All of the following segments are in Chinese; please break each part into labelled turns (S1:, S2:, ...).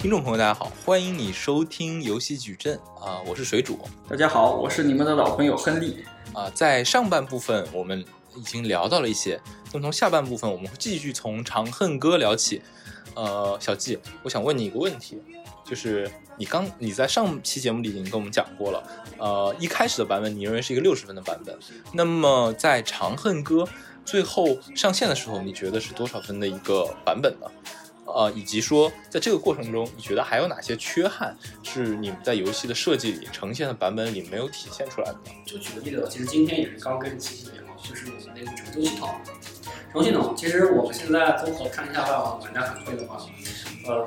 S1: 听众朋友，大家好，欢迎你收听游戏矩阵啊、我是水主
S2: 大家好，我是你们的老朋友亨利。
S1: 啊、在上半部分我们已经聊到了一些，那么从下半部分我们会继续从《长恨歌》聊起。呃，小季，我想问你一个问题，就是你刚你在上期节目里已经跟我们讲过了，呃，一开始的版本你认为是一个六十分的版本，那么在《长恨歌》最后上线的时候，你觉得是多少分的一个版本呢？呃，以及说在这个过程中，你觉得还有哪些缺憾是你们在游戏的设计里呈现的版本里没有体现出来的呢？
S3: 就举个例子吧，其实今天也是刚跟琪琪聊，就是我们那个轴系统。轴系统，其实我们现在综合看一下玩家反馈的话，呃，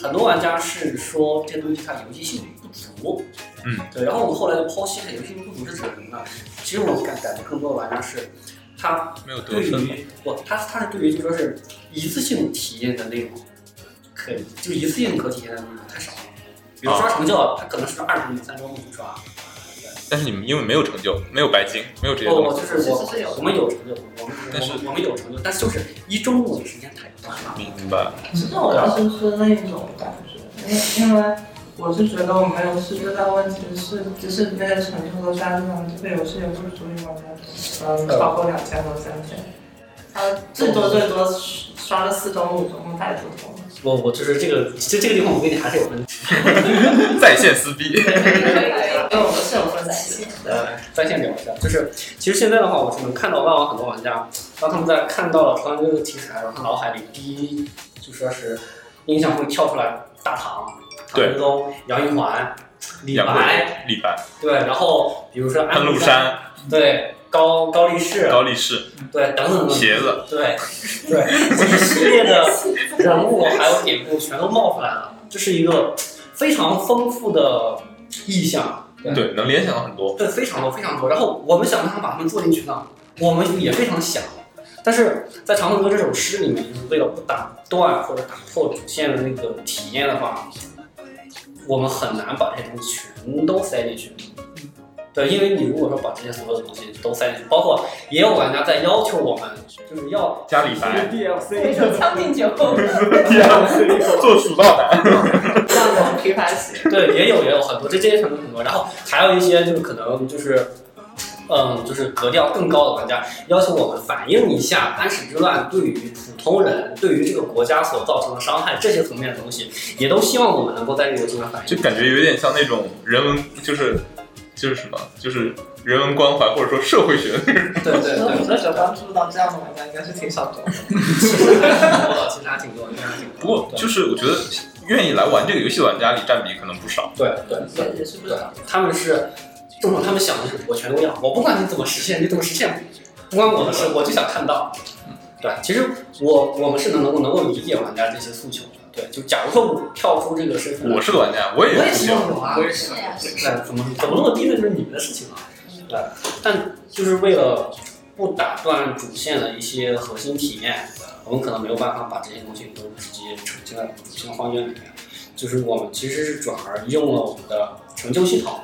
S3: 很多玩家是说这东西它游戏性不足，
S1: 嗯，
S3: 对。然后我们后来就剖析它游戏性不足是指什么呢？其实我感感觉更多的玩家是，他
S1: 没有得
S3: 对
S1: 分吗？
S3: 于不，他他是对于就说是一次性体验的内容，可以就一次性可体验的内容太少了。比
S1: 啊
S3: 如刷成就，他可能是二十分三周目去刷，
S4: 但是你们因为没有成就，没有白金，没有这些
S3: 不，
S4: 东
S3: 我
S4: 西，
S3: 哦就是
S5: 其实是有
S3: 我，
S5: 的
S3: 我们有成就，我们
S4: 但是
S3: 我们我们有成就，但是就是一周目的时间太短了。
S4: 明白？
S5: 这我倒是是那种感觉，因为因为我是觉得我们游戏最大问题是，只是那些成就都下这种，这个游戏也不足以玩嗯超过两千多三千，他最多最多刷了四周五周，那太普通了。
S3: 我我就是这个，这这个地方我跟你还是有分歧。
S4: 在线撕逼，
S5: 对，我们是有分歧。
S3: 呃，在线聊一下，就是其实现在的话，我是能看到外网很多玩家，当他们在看到了《长恨歌》这个题材，然后他脑海里第一就说是印象会跳出来大唐、唐
S4: 对
S3: 玄宗、杨玉环、李
S4: 杨
S3: 白，
S4: 贵李白、
S3: 对，然后比如说
S4: 安禄
S3: 禄山，
S4: 山、
S3: 对，高高力士，
S4: 高力士、
S3: 对，等等等等，
S4: 鞋子，
S3: 对 对，这一系列的人物还有典故全都冒出来了，这是一个非常丰富的意象，
S4: 对，能联想到很多。
S3: 对，非常多非常多。然后我们想不想把它们做进去呢？我们也非常想，但是在《长恨歌》这首诗里面，就是为了不打断或者打破主线的那个体验的话，我们很难把这些东西全都塞进去。对，因为你如果说把这些所有的东西都塞进去，包括也有玩家在要求我们，就是要
S4: 加李白
S3: DLC
S5: 将进酒，
S4: 做蜀道难，
S5: 那种琵琶鞋，
S3: 对，也有也有很多，这这些很多很多，然后还有一些就是可能就是，嗯，就是格调更高的玩家要求我们反映一下安史之乱对于普通人、对于这个国家所造成的伤害这些层面的东西，也都希望我们能够在这个游戏上反
S4: 就
S3: 映。
S4: 感觉有点像那种人文，就是就是什么，就是人文关怀或者说社会学。
S3: 对对对，
S5: 我们
S3: 对
S5: 这时候关注到这样的玩家应该是挺少的。
S3: 其实还挺多的，其实还挺多，其实还挺多。
S4: 不过就是我觉得愿意来玩这个游戏的玩家里占比可能不少。
S3: 对对对
S5: 也也是不
S3: 对
S5: 少。，
S3: 他们是，正常他们想的是我全都要，我不管你怎么实现，你怎么实现，不关我的事，我就想看到。对，其实我我们是能能够能够理解玩家这些诉求的。对，就假如说我跳出这个身份，
S4: 我是个玩家，我也
S3: 我也
S4: 不
S3: 希
S4: 行。
S3: 望有啊，
S2: 也
S5: 是呀，是
S3: 那怎么怎么那么低呢？就是你们的事情啊。对，但就是为了不打断主线的一些核心体验，我们可能没有办法把这些东西都直接呈现在主线荒原里面。就是我们其实是转而用了我们的成就系统，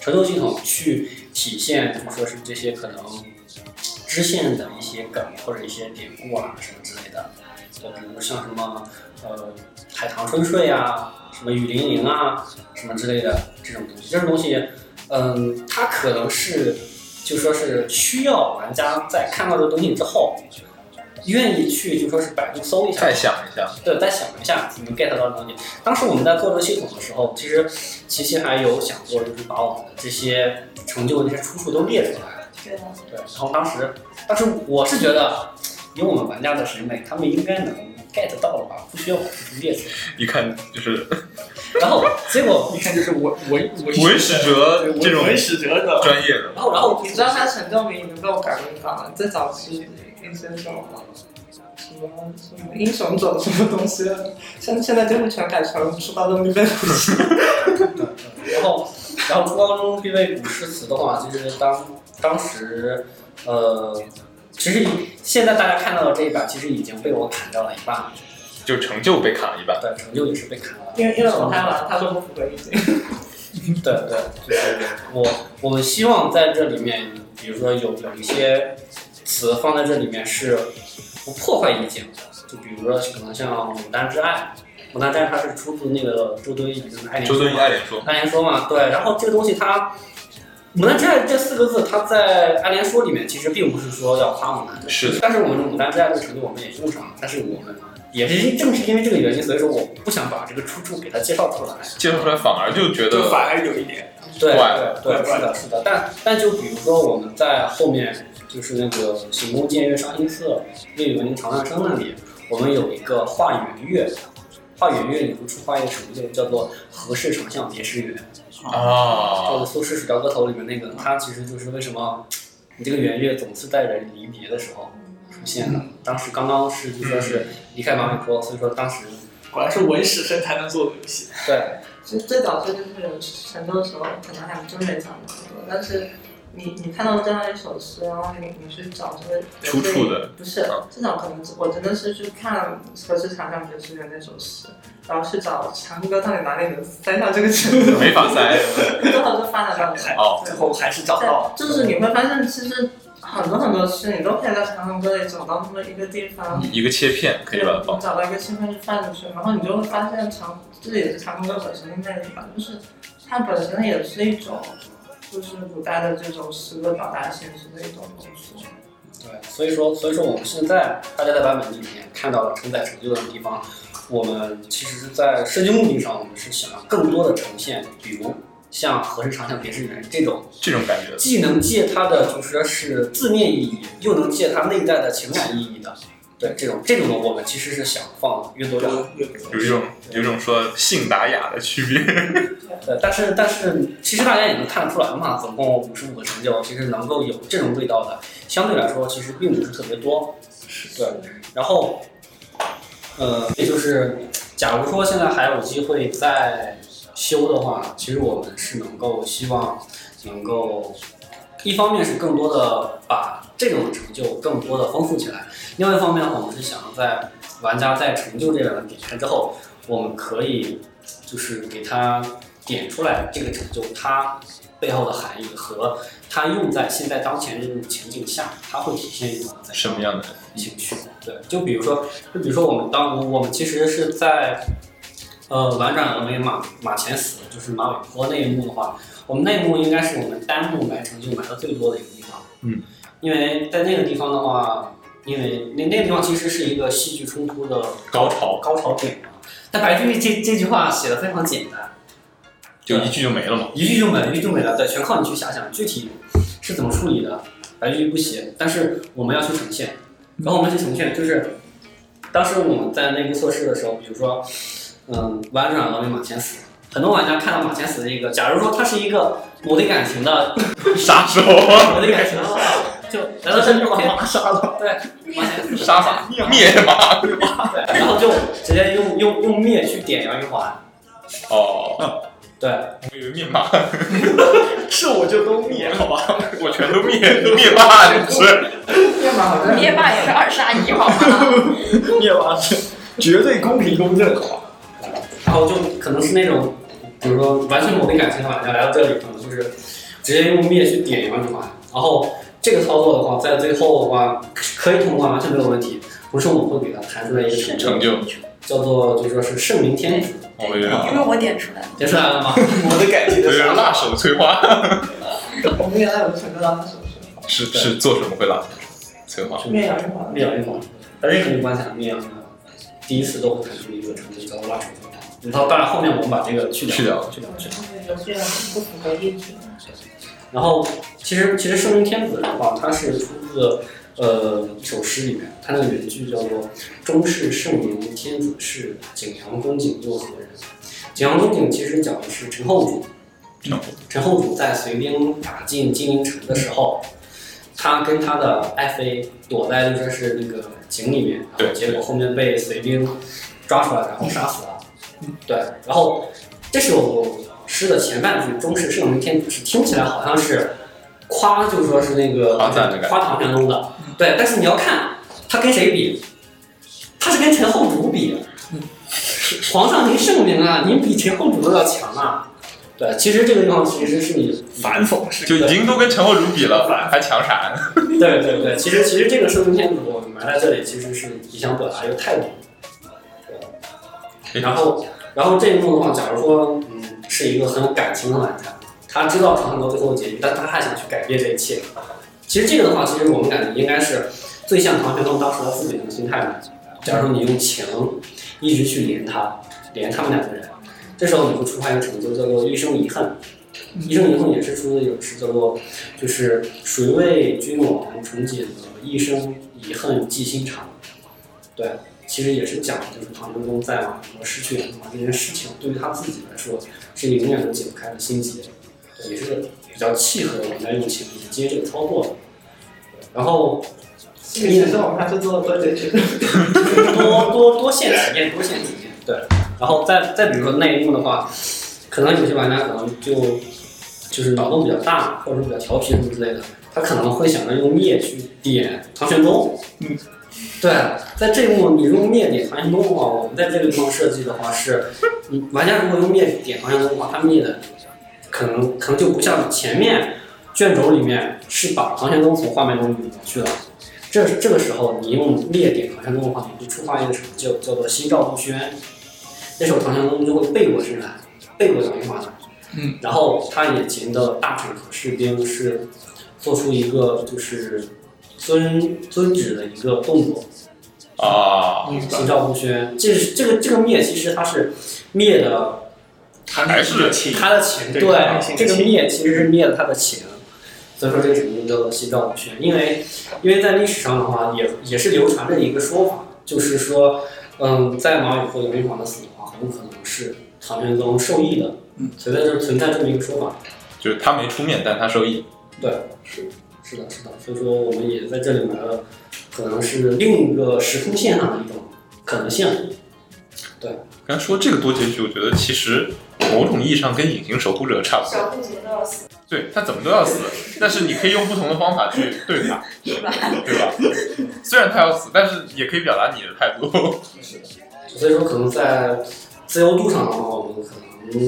S3: 成就系统去体现，就是说是这些可能支线的一些梗或者一些典故啊什么之类的。就比如像什么呃海棠春睡啊，什么雨霖铃啊，什么之类的这种东西。这种东西，嗯，它可能是就说是需要玩家在看到这个东西之后，愿意去就说是百度搜一下，
S4: 再想一下，
S3: 对，再想一下你能 get 到的东西。当时我们在做这个系统的时候，其实琪琪还有想过，就是把我们的这些成就的这些出处都列出来。
S5: 对啊
S3: 对，然后当时，当时我是觉得，以我们玩家的审美，他们应该能 get 到了吧，不需要把出处列出来。
S4: 一看就是
S3: 然后结果
S2: 一看就是文文
S4: 文史哲这种
S2: 文史哲的，
S4: 专业的。
S3: 然后，然后
S5: 你知道他陈仲明已经被我改过一版了，最早期那些什么什么什么英雄者什么东西，现现在就会全改成说到中必备武器。
S3: 然后，然后初高中必备古诗词的话，就是当当时，呃，其实现在大家看到的这一版，其实已经被我砍掉了一半了。
S4: 就成就被砍了一半。
S3: 对，成就也是被砍了。
S5: 因为因为我看完，他说不符合意境。
S3: 对对，就是我我们希望在这里面，比如说有有一些词放在这里面是不破坏意境的，就比如说可能像《牡丹之爱》，牡丹站它是出自那个周敦颐跟爱莲
S4: 周
S3: 说
S4: 敦颐
S3: 嘛
S4: 爱莲说，
S3: 爱莲说嘛，对。然后这个东西它，牡丹寨这四个字，它在爱莲说里面其实并不是说要夸牡丹寨，
S4: 是的，
S3: 但是我们牡丹寨这个成就我们也用上了，但是我们也是正是因为这个原因，所以说我不想把这个出处给它介绍出来。
S4: 介绍出来反而就觉
S2: 就
S4: 得
S2: 反而有一点，
S3: 对
S4: 怪
S3: 对对，是的，是的。但但就比如说我们在后面就是那个行宫建乐沙音寺魏宇文常让生那里，我们有一个画圆月，画圆月里不出画一个什么就叫做何氏长向别时圆，叫
S4: 啊
S3: 做，苏轼《水调歌头》里面那个，它其实就是为什么你这个圆月总是在人离别的时候出现的。当时刚刚是就说是离开马嵬坡，所以说当时
S2: 果然是文史生才能做的游戏。
S3: 对
S5: 其实最早最就是有成就的时候，可能还真没想那么多，但是你你看到这样一首诗，然后你你去找这个
S4: 出处的，
S5: 不是这种可能我真的是去看何时长江别时圆那首诗，然后去找强哥到底哪里能塞到这个词，
S4: 没法塞
S5: 最后就翻了到底。
S4: 哦，
S2: 最后还是找到了，
S5: 就是你会发现，其实很多很多诗你都可以在长江歌里找到那么一个地方，
S4: 呃一个切片嗯可以哦把它放，
S5: 找到一个身份去放进去，然后你就会发现长，这也是长风歌本身的魅力吧，就是它本身也是一种，就是古代的这种诗歌表达形式的一种东西。
S3: 对，所以说所以说我们现在大家在版本里面看到了承载成就的地方，我们其实是在设计目的上，我们是想要更多的呈现，比如像《何氏长向别时圆》这种，
S4: 这种感觉，
S3: 既能借它的就是说是字面意义，又能借它内在的情感意义的。对这种这种的，我们其实是想放越多越好。
S4: 有一种有一种说性达雅的区别，
S3: 对，但是但是其实大家也能看得出来嘛，总共五十五个成就，其实能够有这种味道的，相对来说其实并不是特别多。对，然后，呃，也就是假如说现在还有机会再修的话，其实我们是能够希望能够。一方面是更多的把这种成就更多的丰富起来，另外一方面我们是想要在玩家在成就这两个点开之后，我们可以就是给他点出来这个成就它背后的含义和它用在现在当前这种情景下，它会体现一种在
S4: 什么样的？
S3: 情绪？对，就比如说，就比如说我们当我们其实是在呃婉转峨眉马马前死，就是马尾坡那一幕的话，我们那一幕应该是我们单幕埋成就埋的最多的一个地方。
S4: 嗯，
S3: 因为在那个地方的话，因为那那个地方其实是一个戏剧冲突的
S4: 高潮
S3: 高潮点嘛。但白居易这这句话写的非常简单，
S4: 就一句就没了 嘛，
S3: 一句就没了，一句就没了，对，全靠你去遐想具体是怎么处理的，白居易不写，但是我们要去呈现，然后我们去呈现，就是当时我们在内部测试的时候，比如说，嗯，婉转峨眉马前死，很多玩家看到马前死这个，假如说它是一个某对感情 的，
S4: 杀手，
S3: 某对感情的话， 就然后甚至往马杀了，对，马前死
S4: 杀马灭马，
S3: 对，然后就直接用用用灭去点杨玉环，
S4: 哦，
S3: 对，
S4: 我以为灭马，
S2: 是我就都灭好吧？
S4: 我全都灭灭马，这是
S5: 夜马好像
S6: 灭霸也是二杀一，好吗？
S2: 灭完是绝对公平公正好吧？
S3: 然后就可能是那种，比如说完全某对感情的玩家来到这里，可能就是直接用灭去点杨玉环，然后这个操作的话，在最后的话可以通关，啊完全没有问题。同时我们会给它弹出来一个成
S4: 成
S3: 就，
S4: 就，
S3: 叫做就是说是圣明天赋，
S4: 我以为
S6: 因为我点出来了，
S3: 点出来了吗？
S2: 我的感情
S4: 我
S2: 的
S4: 以为
S2: 杀
S4: 辣手摧花。
S5: 我们原来有个成就到那首诗，
S4: 是
S3: 对
S4: 是做什么会拉催化？
S5: 灭杨玉环。
S3: 灭杨玉环，在任何一个关卡灭杨玉环，第一次都会弹出一个成就叫做拉扯循环。然后当然后面我们把这个去掉，
S4: 去掉了
S3: 去掉，去掉。
S5: 有些人不符合意志，
S3: 然后其实其实《圣明天子》的话，它是出自呃一首诗里面，它那个原句叫做“终是圣明天子事，景阳公瑾又何人”。景阳公瑾其实讲的是陈后主，
S4: 嗯
S3: 陈后主在隋兵打进金陵城的时候，他跟他的爱妃躲在就说是那个井里面，然
S4: 对
S3: 后结果后面被隋兵抓出来，然后杀死了。
S4: 嗯
S3: 对，然后这首诗的前半句“终是圣明天子事”听起来好像是夸，就说是那个
S4: 夸赞的感觉嗯
S3: 夸唐玄宗的，对。但是你要看他跟谁比，他是跟陈后主比。皇上您圣明啊，您比陈后主都要强啊。对，其实这个地方其实是你
S2: 反讽是
S4: 就已经都跟陈后主比了，还强啥呢？
S3: 对对对，其实其实这个生命线我们埋在这里，其实是你想表达一个态度。对然后，然后这一幕的话，假如说，嗯，是一个很有感情的玩家，他知道长恨歌最后的结局，但他还想去改变这一切。其实这个的话，其实我们感觉应该是最像唐玄宗当时他父亲的心态的。假如说你用情一直去连他，连他们两个人，这时候你会触发一个成就，叫做一生遗憾。一生遗憾也是出自有诗，叫做就是谁为君王重锦了，一生遗恨寄心肠。对，其实也是讲就是唐玄宗在马国失去人马这件事情，对于他自己来说是一个永远都解不开的心结，对也是个比较契合我们在用情去接这个操作的。对然后
S5: 这个学生我们还是做了多解决的。
S3: 多多多线体验，多线体验，对。然后再再比如说内幕的话，可能有些玩家可能就就是脑洞比较大，或者说比较调皮什么之类的，他可能会想着用灭去点唐玄宗。
S4: 嗯，
S3: 对，在这一幕你用灭点唐玄宗的话，我们在这个地方设计的话是，嗯，玩家如果用灭点唐玄宗的话，他灭的可能可能就不像前面卷轴里面是把唐玄宗从画面中抹去了。这这个时候，你用列点唐玄宗的话，你就触发一个成就，叫做心照不宣。那时候唐玄宗就会背过身来，背过杨玉环来。
S1: 嗯。
S3: 然后他眼前的大臣和士兵是做出一个就是遵遵旨的一个动作，
S4: 啊，
S3: 心照不宣。这是这个这个灭，其实它是灭的
S4: 还是
S3: 他的情，
S2: 对
S3: 对
S2: 他的情
S3: 这个灭其实是灭了他的情，所以说这个成就叫做心照不宣。因为因为在历史上的话，也也是流传着一个说法，就是说，嗯，在马宇和杨玉环的死的话，很有可能是唐玄宗授意的，
S1: 嗯，
S3: 存在这存在这么一个说法。
S4: 就是他没出面，但他受益。
S3: 是的，是的，所以说我们也在这里面，可能是另一个时空线上的一种可能性。
S4: 刚才说这个多结局，我觉得其实某种意义上跟隐形守护者差不多。
S6: 小布觉得死
S4: 对他怎么都要死，但是你可以用不同的方法去对他，
S6: 是吧？
S4: 对吧？虽然他要死，但是也可以表达你的态度。
S3: 所以说，可能在自由度上的话，我们可能就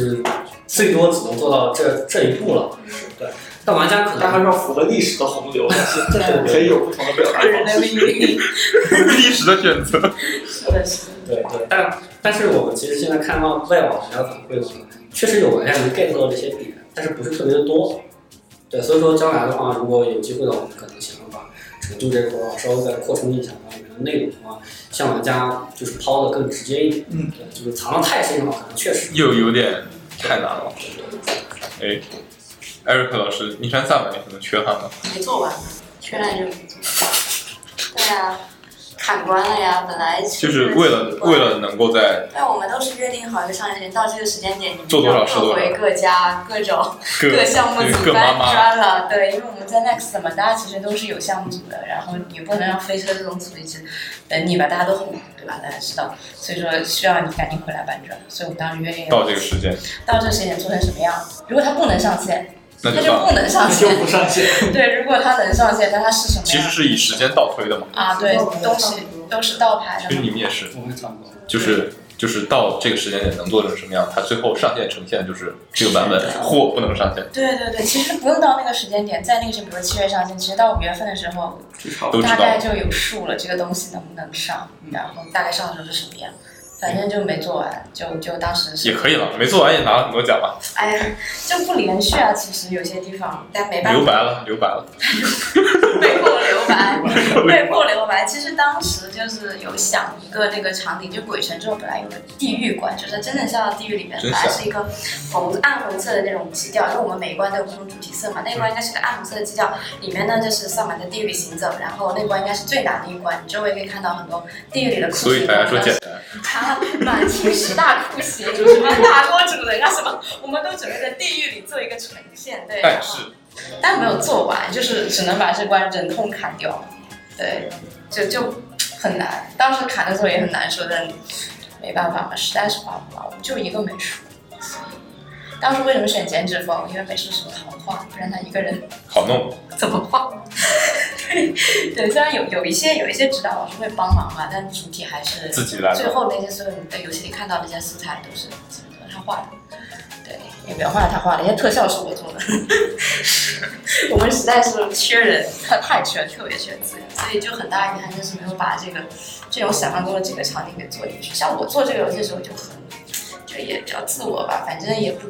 S3: 是最多只能做到这这一步了。对，但玩家可能
S2: 但还是要符合历史的洪流，
S3: 对对
S2: 可以有不同的表达方式。
S4: 历史的选择，
S5: 是的，是的。
S3: 对对，但但是我们其实现在看到外网玩家的反馈的话，确实有玩家能 get 到这些点，但是不是特别的多。对，所以说将来的话，如果有机会的话，我们可能想要把成就这块儿稍微再扩充一下，把里面的内容的话，向玩家就是抛的更直接一点。
S1: 嗯，
S3: 对，就是藏得太深的话，可能确实
S4: 又有点太难了。哎，艾瑞克老师，你看萨满有什么缺憾吗？
S6: 没做完，缺憾就没做完。对呀、砍关了呀，本来
S4: 就是为了为。了能够在
S6: 但我们都是约定好一个上线时间，到这个时间点，你们
S4: 做多少
S6: 要
S4: 是多
S6: 各
S4: 少
S6: 回各家，各种
S4: 各
S6: 各项目
S4: 对
S6: 组
S4: 各妈
S6: 搬
S4: 妈
S6: 砖了。对，因为我们在 Next 怎么，大家其实都是有项目组的，然后你不能让飞车这种组一直等你吧，大家都很忙，对吧？大家知道，所以说需要你赶紧回来搬砖。所以我们当时约定
S4: 到这个时间，
S6: 到这个时间点做成什么样。如果它不能上线，
S4: 那
S6: 它
S4: 就
S6: 就
S4: 算了。
S6: 不能上
S2: 就
S6: 线。
S2: 不上线，
S6: 对，如果它能上线，但它是什么
S4: 其实
S6: 样？
S4: 是以时间倒推的嘛，
S6: 啊，对，东西都是倒排
S4: 其实
S6: 的嘛。
S4: 你们也是，
S3: 我们也想过。
S4: 就是。就是到这个时间点能做成什么样，它最后上线呈现就是这个版本
S6: 是的
S4: 或不能上线，
S6: 对对对，其实不用到那个时间点，在那个时候，比如七月上线，其实到五月份的时候，
S2: 至少
S4: 都知
S6: 大
S4: 道。嗯
S6: 概就有数了，这个东西能不能上，然后大概上的时候是什么样。反正就没做完，就就当时是
S4: 也可以了，没做完也拿了很多奖吧，
S6: 哎呀，就不连续啊。其实有些地方，但没办
S4: 留白
S6: 法，
S4: 了，留白了。
S6: 被迫留 白，被迫留白。其实当时就是有想一个那个场景，就鬼城之后本来有个地狱关，就是真正下到地狱里面，
S4: 真
S6: 本
S4: 是啊
S6: 来是一个红暗红色的那种基调，因为我们每一关都有不同主题色嘛，那一关应该是个暗红色的基调，里面呢就是萨满在地狱里行走，然后那关应该是最难的一关，你周围可以看到很多地狱里的酷
S4: 所以
S6: 刑
S4: 大家说简单，
S6: 啊，满清十大酷刑，什么大锅煮人啊什么，我们都准备在地狱里做一个呈现，对，
S4: 但哎
S6: 然后
S4: 是
S6: 但没有做完，就是只能把这关忍痛砍掉。对，就就很难。当时砍的时候也很难受，但没办法嘛，实在是画不完，我们就一个美术。所以当时为什么选剪纸风？因为美术是好画，不然他一个人
S4: 好弄，
S6: 怎么画？对 对，虽然有有一些有一些指导老师会帮忙嘛，但主体还是
S4: 自己来吧。
S6: 最后那些所有你在游戏里看到那些素材都是自己做的。他画的，对，也原画他画的，一些特效是 我做的。我们实在是缺人，他太缺了，特别缺资源，所以就很大一个遗憾就是没有把这个这种想象中的这个场景给做进去。像我做这个游戏的时候就很，就也比较自我吧，反正也不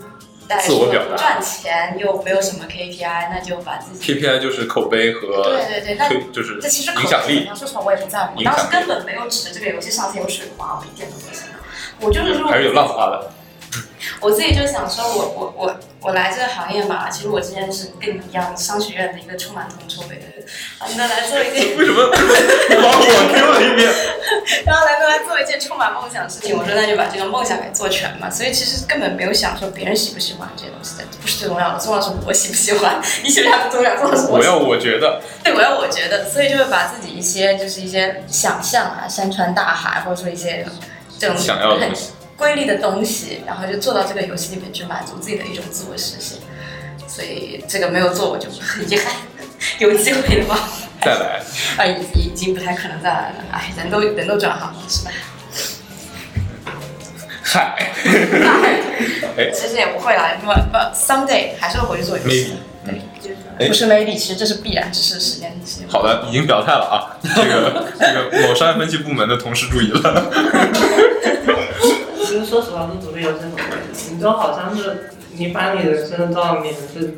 S6: 带
S4: 自我
S6: 说
S4: 表达
S6: 赚钱，又没有什么 KPI，那就把自己
S4: KPI 就是口碑和
S6: 对对对，那
S4: 推，就是
S6: 这其实
S4: 影响力，。
S6: 说实话，我也不在乎，
S4: 影
S6: 当时
S4: 响力
S6: 根本没有指着这个游戏上线有水花，我一点都没想到。我就是说，
S4: 嗯还是有浪花的。
S6: 我自己就想说我，我我我来这个行业嘛，其实我之前是跟你一样商学院的一个充满铜臭味的人，啊，那来做一 件，
S4: 为什么为什么你把我 Q 了一遍？
S6: 然后来过来做一件充满梦想的事情，我说那就把这个梦想给做全嘛。所以其实根本没有想说别人喜不喜欢这些东西，不是最重要的，重要的是我喜不喜欢，你喜不喜欢不重要，重要的是 我
S4: 我
S6: 喜
S4: 要我觉得，
S6: 对，我要我觉得，所以就会把自己一些就是一些想象啊，山川大海，或者说一些这种
S4: 想要的
S6: 很
S4: 东西
S6: 瑰丽的东西，然后就做到这个游戏里面去满足自己的一种自我实现。所以这个没有做，我就很遗憾。有机会的话，
S4: 再来。
S6: 啊，已已经不太可能再来了。哎，人都人都转行了，是吧？
S4: 嗨，哎
S6: 其实也不会啦，那么不 someday 还是会回去做游戏
S4: maybe
S6: 的。。
S4: 嗯，哎
S6: 不是 maybe，其实这是必然，只是时间。时间
S4: 好的，已经表态了啊。这个这个某商业分析部门的同事注意了。
S5: 其实说实话，是独立游戏很危险，你就好像是你把你人生的多少年是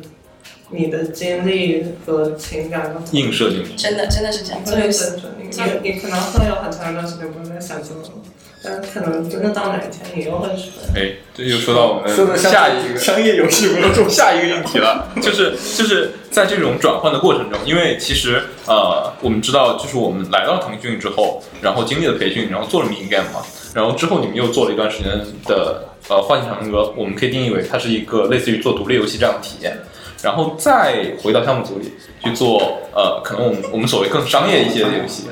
S5: 你的经历和情感都
S4: 映射进去，
S6: 真的真的是这样，做游戏
S5: 准，你你你可能会有很长一段时间不会再想这个，但可能真的到哪一天你又会觉得
S4: 哎，这又说到我
S2: 说的
S4: 们
S2: 像
S4: 下一个
S2: 商业游戏没有 中
S4: 下一个硬题了，就是就是在这种转换的过程中，因为其实呃，我们知道，就是我们来到腾讯之后，然后经历了培训，然后做了 mini game 嘛，然后之后你们又做了一段时间的呃幻想唱歌，我们可以定义为它是一个类似于做独立游戏这样的体验，然后再回到项目组里去做呃，可能我们我们所谓更商业一些的游戏。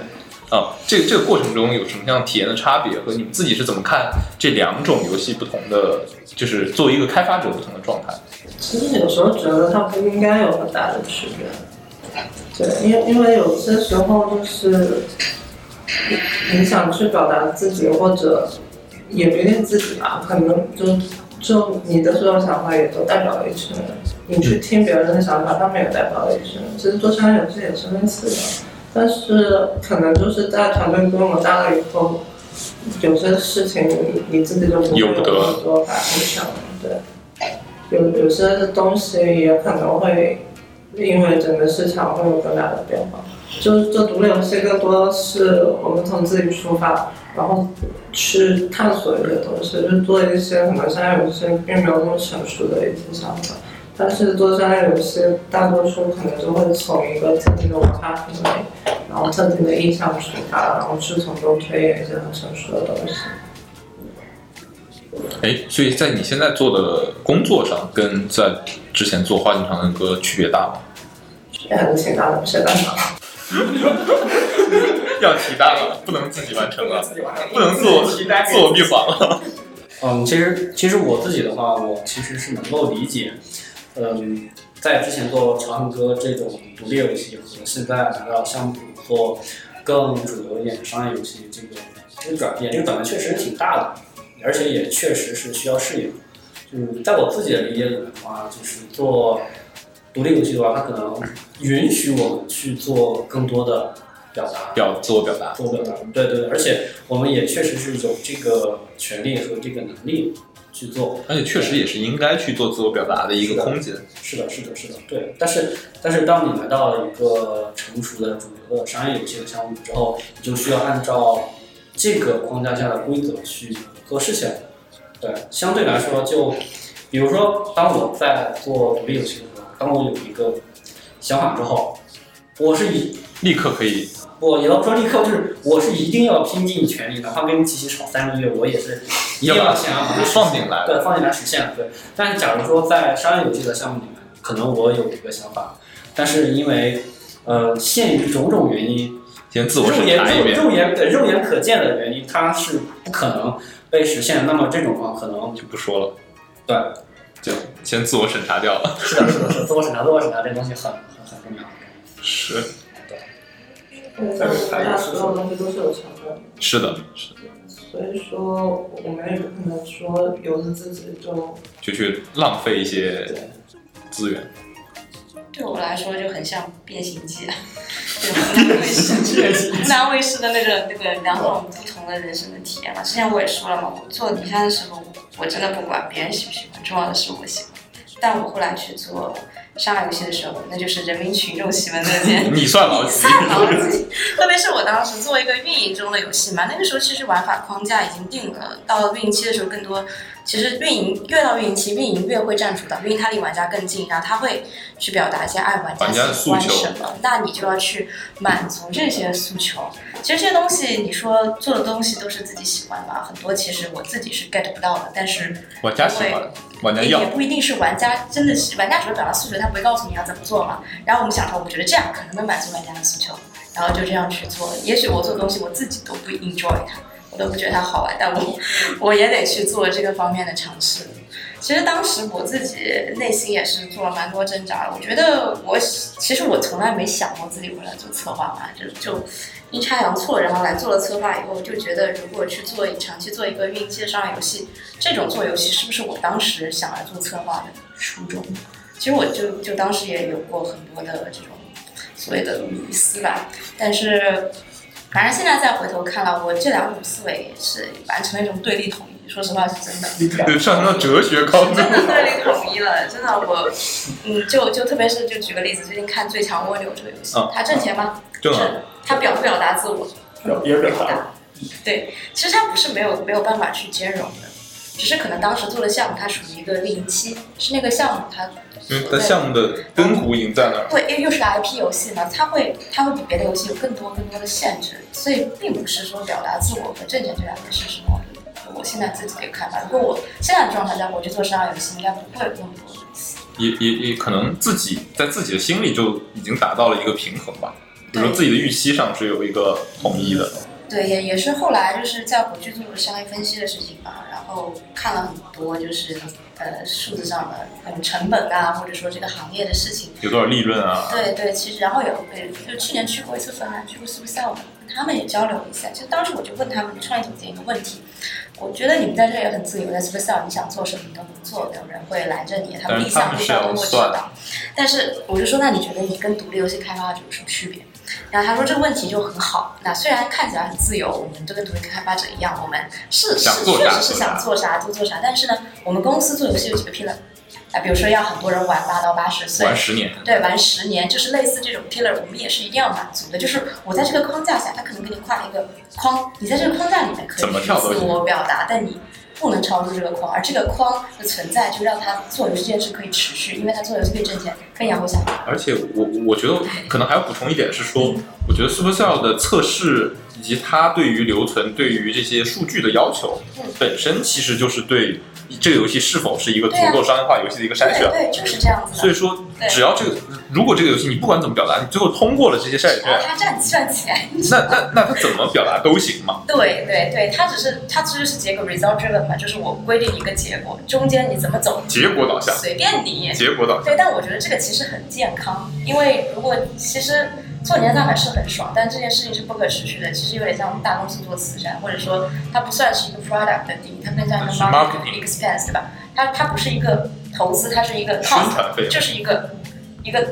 S4: 啊、这个这个过程中有什么样体验的差别，和你们自己是怎么看这两种游戏不同的，就是作为一个开发者不同的状态？
S5: 其实有时候觉得它不应该有很大的区别。对，因为因为有些时候就是你想去表达自己，或者也不一定自己吧，可能就就你的所有想法也都代表了一群人。你去听别人的想法，他们也代表了一群人。其实做商业游戏也是类似的，但是可能就是在团队规模大了以后，有些事情你自己就不会有
S4: 由不得
S5: 那么多把控权了。对，有有些东西也可能会因为整个市场会有更大的变化。就是做独立游戏更多是我们从自己出发，然后去探索一些东西，就是做一些可能商业游戏并没有那么成熟的一些想法。但是做商业游戏，大多数可能就会从一个特定的文化品类，然后特定的意向出发，然后去从中推演一些很成熟的东西。
S4: 哎，所以在你现在做的工作上，跟在之前做《花锦长的歌》区别大吗？
S5: 也很挺大的，写代码。
S4: 要提单了，不能自己完成了，
S2: 自己玩了
S4: 不能自我
S2: 提单
S4: 自我闭环了。
S3: 嗯，其实其实我自己的话，我其实是能够理解，嗯，在之前做长恨歌这种独立游戏和现在来到项目组做更主流一点的商业游戏，这个这个转变，这个转变确实挺大的，而且也确实是需要适应。就是在我自己的理解里面的话，就是做独立游戏的话，它可能允许我们去做更多的表达，
S4: 表自我表达，
S3: 做表达，对对，对而且我们也确实是有这个权利和这个能力去做。
S4: 而且确实也是应该去做自我表达的一个空间。
S3: 是的，是的，是的，对。但是，但是当你来到一个成熟的主流的商业游戏的项目之后，你就需要按照这个框架下的规则去做事情。对，相对来说就，比如说，当我在做独立游戏的时候，当我有一个想法之后，我是以
S4: 立刻可以，
S3: 我也要说立刻就是我是一定要拼尽全力，哪怕跟你琪琪吵三个月，我也是一定
S4: 要把
S3: 要想要把它实现
S4: 放进来
S3: 对，放进来实现，对。但是假如说在商业游戏的项目里面，可能我有一个想法，但是因为呃限于种种原因，
S4: 先自我
S3: 肉
S4: 审
S3: 眼
S4: 查一遍，
S3: 肉肉眼对肉眼可见的原因，它是不可能被实现的。那么这种话可能
S4: 就不说了。
S3: 对，
S4: 就先自我审查掉了。
S3: 是的，是的，是的自我审查，自我审查这东西很很很重要。
S4: 是
S5: 对，但是它所有东西都是有成本的。
S4: 是的，是的。
S5: 所以说我们也不可能说由着自己就
S4: 就去浪费一些
S5: 对
S4: 资源。
S6: 对我来说就很像变形记，对啊南卫视，南卫视的那个那个两种不同的人生的体验嘛。之前我也说了嘛，我做底下的时候，我真的不管别人喜不喜欢，重要的是我喜欢。但我后来去做上海游戏的时候，那就是人民群众喜闻乐见。
S4: 你算老几？
S6: 太脑 子，特别是我当时做一个运营中的游戏嘛，那个时候其实玩法框架已经定了，到了运营期的时候，更多其实运营越到运营期，运营越会站主导，因为它离玩家更近，然后他会去表达一些爱玩
S4: 玩家
S6: 家
S4: 的
S6: 喜欢
S4: 诉求
S6: 什么，那你就要去满足这些诉求。其实这些东西，你说做的东西都是自己喜欢吧，很多其实我自己是 get 不到的，但是
S4: 玩家喜欢，玩家
S6: 也
S4: 要，
S6: 不一定是玩家真的是玩家只会表达诉求，他不会告诉你要怎么做嘛。然后我们想说，我觉得这样可能能满足玩家的诉求，然后就这样去做。也许我做的东西我自己都不 enjoy 它，我都不觉得它好玩，但我我也得去做这个方面的尝试。其实当时我自己内心也是做了蛮多挣扎的。我觉得我其实我从来没想过自己会来做策划嘛，就就阴差阳错，然后来做了策划以后，就觉得如果去做长期做一个运营线上游戏，这种做游戏是不是我当时想来做策划的初衷？其实我就就当时也有过很多的这种所谓的迷思吧，但是反正现在再回头看了，我这两种思维是完成了一种对立统一，说实话是真的。
S4: 对， 上升到哲学高度
S6: 真。的对立统一了，真的我，嗯，就就特别是就举个例子，最近看《最强蜗牛》这个游戏
S4: 嗯，
S6: 它挣 钱吗？
S4: 正
S6: 是
S4: 啊，
S6: 它表不表达自我？
S2: 表也表达
S6: 达。对，其实它不是没有没有办法去兼容的，只是可能当时做的项目它属于一个运营期，是那个项目它
S4: 因为嗯
S6: 所
S4: 它
S6: 在
S4: 项目的根骨已经在那儿。
S6: 对，因为又是个 IP 游戏嘛，它会它会比别的游戏有更多更多的限制，所以并不是说表达自我和挣钱这两件事是矛盾的。我现在自己的看法，如果我现在的状态下我去做商业游戏，应该不会有那么多的思
S4: 也也也可能自己在自己的心里就已经达到了一个平衡吧，比如说自己的预期上是有一个统一的，
S6: 对，也也是后来就是在回去做商业分析的事情吧，然后看了很多就是呃数字上的嗯成本啊，或者说这个行业的事情。
S4: 有多少利润啊？
S6: 对对，其实然后也会就去年去过一次芬兰，去过 s u i c e 他们也交流了一下。就当时我就问他们创业总监一个问题，我觉得你们在这里很自由，在 s u i c e 你想做什么都能做，没有人会拦着你，他们
S4: 但
S6: 意
S4: 是他
S6: 向
S4: 们
S6: 目
S4: 是
S6: 标
S4: 要算
S6: 都会知道。但是我就说，那你觉得你跟独立游戏开发者有什么区别？然后他说这个问题就很好。那虽然看起来很自由，我们都跟独立开发者一样，我们是
S4: 想
S6: 是
S4: 做
S6: 确
S4: 啥
S6: 实是
S4: 做
S6: 想
S4: 啥
S6: 做啥就做啥，但是呢，我们公司做游戏有几个 pillar。啊，比如说要很多人玩八到八十岁，
S4: 玩十年，
S6: 对，玩十年，就是类似这种 pillar，我们也是一定要满足的。就是我在这个框架下，他可能给你画了一个框，你在这个框架里面可
S4: 怎
S6: 以
S4: 么
S6: 去
S4: 跳都
S6: 自
S4: 行
S6: 我表达，但你不能超出这个框，而这个框的存在就让他做游戏这件事可以持续，因为他做游戏可以挣钱，可以养活小孩。
S4: 而且我我觉得可能还要补充一点是说，我觉得 Supercell 的测试以及它对于留存、对于这些数据的要求
S6: 嗯，
S4: 本身其实就是对这个游戏是否是一个足够商业化游戏的一个筛选
S6: 啊对。对，就是这样子
S4: 所
S6: 的。
S4: 以说，
S6: 对
S4: 只要这个如果这个游戏你不管怎么表达，你最后通过了这些筛
S6: 然后
S4: 选，
S6: 他站站起来，
S4: 那那那它怎么表达都行嘛。
S6: 对对对，他只是他其实是结果 result driven 嘛，就是我规定一个结果，中间你怎么走，
S4: 结果导向，
S6: 随便你。
S4: 结果导向。
S6: 对，但我觉得这个其实很健康，因为如果其实做年大板是很爽，但这件事情是不可持续的。其实有点像大公司做慈善，或者说它不算是一个 product 的定义，它更像一个
S4: 是
S6: marketing expense，对吧？它它不是一个投资，它是一个
S4: 生
S6: cost，
S4: 产费用，
S6: 就是一个一个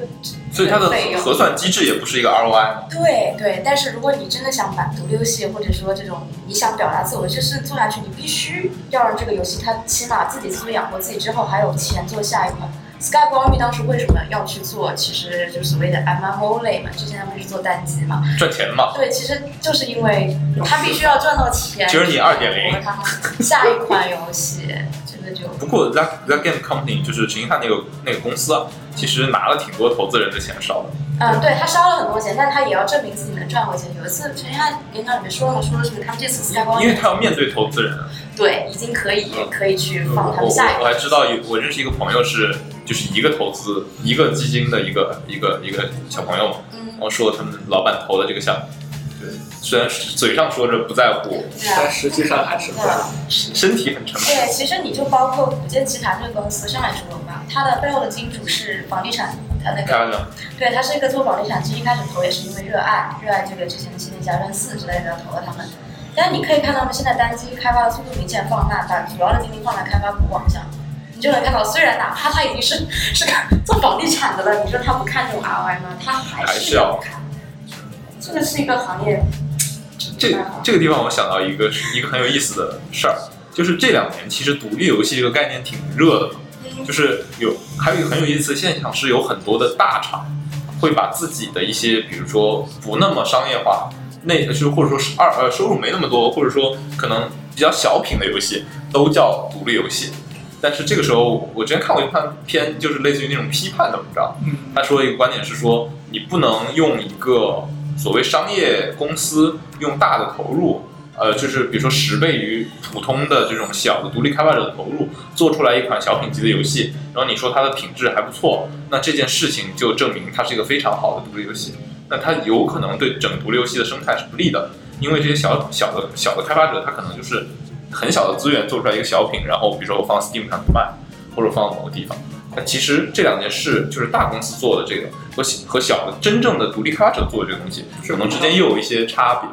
S4: 所以它的
S6: 费用
S4: 核算机制也不是一个 ROI 嘛。
S6: 对对，但是如果你真的想玩独立游戏，或者说这种你想表达自我，就是做下去，你必须要让这个游戏它起码自己自己养活自己之后，还有钱做下一款。Sky 光遇当时为什么要去做？其实就是所谓的 MMO 类嘛，之前他们是做单机嘛，
S4: 赚钱嘛，
S6: 对，其实就是因为他必须要赚到钱，
S4: 就是你2.0，
S6: 他下一款游戏这个就
S4: 不过 That That Game Company 就是陈星汉那个那个公司啊，其实拿了挺多投资人的钱烧的。
S6: 嗯，对他烧了很多钱，但他也要证明自己能赚回钱。有一次陈汉演讲里面说了嘛，说的是他们这次 Sky 光
S4: 因为他要面对投资人啊。
S6: 对，已经可以
S4: 嗯
S6: 可以去
S4: 我
S6: 放他们
S4: 我
S6: 下一
S4: 我
S6: 个。
S4: 还知道有，我认识一个朋友是就是一个投资一个基金的一个一个一个小朋友嘛，然
S6: 嗯，
S4: 后说他们老板投的这个项目，对，虽然嘴上说着不在乎，
S6: 对啊
S2: 但，实际上还是
S6: 对
S2: 不然
S6: 啊，
S4: 身身体很诚实。
S6: 对，其实你就包括古建集团这个公司，上海中文吧，它的背后的金主是房地产，它那
S4: 开
S6: 个
S4: 玩笑，
S6: 对，它是一个做房地产，其实一开始投也是因为热爱，热爱这个之前的新天家园四之类的投了他们。但你可以看到，我们现在单机开发的速度明显放慢，把主要的精力放在开发推广上。你就能看到，虽然哪怕他已经是是个 做房地产的了，你说他不看这种 ROI 吗？他还
S4: 还是
S6: 是
S4: 要
S6: 要看。这个是一个行业，
S4: 这这个地方我想到一个一个很有意思的事儿，就是这两年其实独立游戏这个概念挺热的嘛，
S6: 嗯
S4: 就是有还有一个很有意思的现象是，有很多的大厂会把自己的一些，比如说不那么商业化，那就是或者说是二呃收入没那么多，或者说可能比较小品的游戏，都叫独立游戏。但是这个时候，我之前看过一篇篇，就是类似于那种批判的文章，
S2: 嗯，
S4: 他说一个观点是说，你不能用一个所谓商业公司用大的投入，呃，就是比如说十倍于普通的这种小的独立开发者的投入，做出来一款小品级的游戏，然后你说它的品质还不错，那这件事情就证明它是一个非常好的独立游戏。那它有可能对整个独立游戏的生态是不利的，因为这些小小的小的开发者，他可能就是很小的资源做出来一个小品，然后比如说我放 Steam 上去卖，或者放某个地方。但其实这两件事就是大公司做的这个和小和小的真正的独立开发者做的这个东西，可能之间又有一些差别。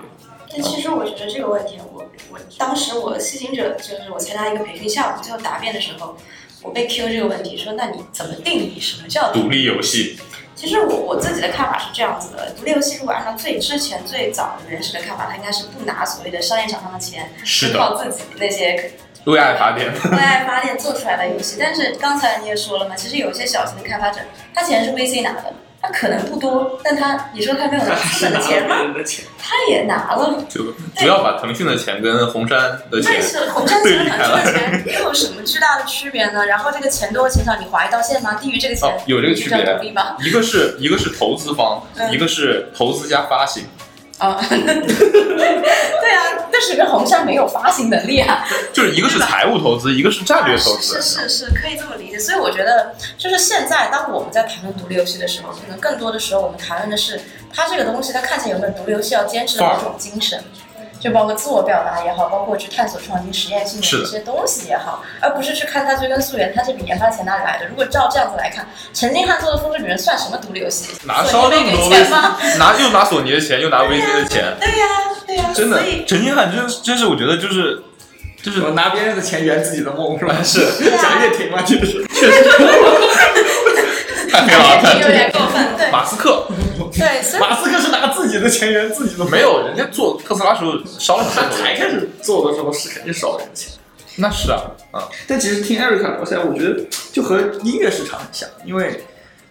S7: 但其实我觉得这个问题，我我当时我的吸引者就是我参加一个培训项目，最后答辩的时候，我被 Q 这个问题，说那你怎么定义什么叫
S4: 独立游戏，
S7: 其实我我自己的看法是这样子的：独立游戏如果按照最之前最早的原始的看法，它应该是不拿所谓的商业厂商的钱，
S4: 是
S7: 靠自己那些
S4: 为爱发电。
S7: 为爱发电做出来的游戏。但是刚才你也说了嘛，其实有一些小型的开发者，他钱是 VC 拿的，他可能不多，但他你说他没有拿资本的钱吗？
S3: 的钱，
S7: 他也拿了，
S4: 就不要把腾讯的钱跟红杉的钱
S7: 但，是红杉集
S4: 对
S7: 团
S4: 你看
S7: 这
S4: 了
S7: 个钱又有什么巨大的区别呢？然后这个钱多钱少，你划一道线吗？低于这个钱，
S4: 哦，有这个区
S7: 叫独
S4: 别。
S7: 立吧？
S4: 一个是一个是投资方，
S7: 嗯
S4: 一个是投资加发行，
S6: 啊，对啊，但是人红杉没有发行能力啊。
S4: 就是一个是财务投资，一个是战略投资
S7: 啊
S4: 啊
S7: 是。是是是，可以这么理解。所以我觉得，就是现在当我们在谈论独立游戏的时候，可能更多的时候我们谈论的是它这个东西，它看起来有没有独立游戏要坚持的某种精神，就包括自我表达也好，包括去探索创新、实验性
S4: 是
S6: 的
S4: 的
S6: 一些东西也好，而不是去看它追根溯源，它这笔研发钱哪里来的。如果照这样子来看，陈金汉做的《风之旅人》算什么独立游戏？
S4: 拿
S6: 索
S4: 烧
S6: 尼
S4: 那么
S6: 没给
S4: 多
S6: 钱吗？
S4: VC，拿 又拿索尼的钱，又拿 VC 的钱，
S7: 对呀、对呀、
S4: 真的
S7: 所以，
S4: 陈金汉真真是我觉得就是就是
S2: 我拿别人的钱圆自己的梦是吧？
S4: 是
S2: 贾跃亭嘛， 就是
S4: 太黑了，太
S6: 有点过分，对
S4: 马斯克
S6: 对，所以
S2: 马斯克是拿自己的钱圆自己的梦，
S4: 没有，人家做特斯拉时候烧了
S2: 他
S4: 很多
S2: 才
S4: 钱，
S2: 开始做的时候是肯定少人钱。
S4: 那是啊，啊，
S2: 但其实听 Eric 聊下来，我觉得就和音乐市场很像，因为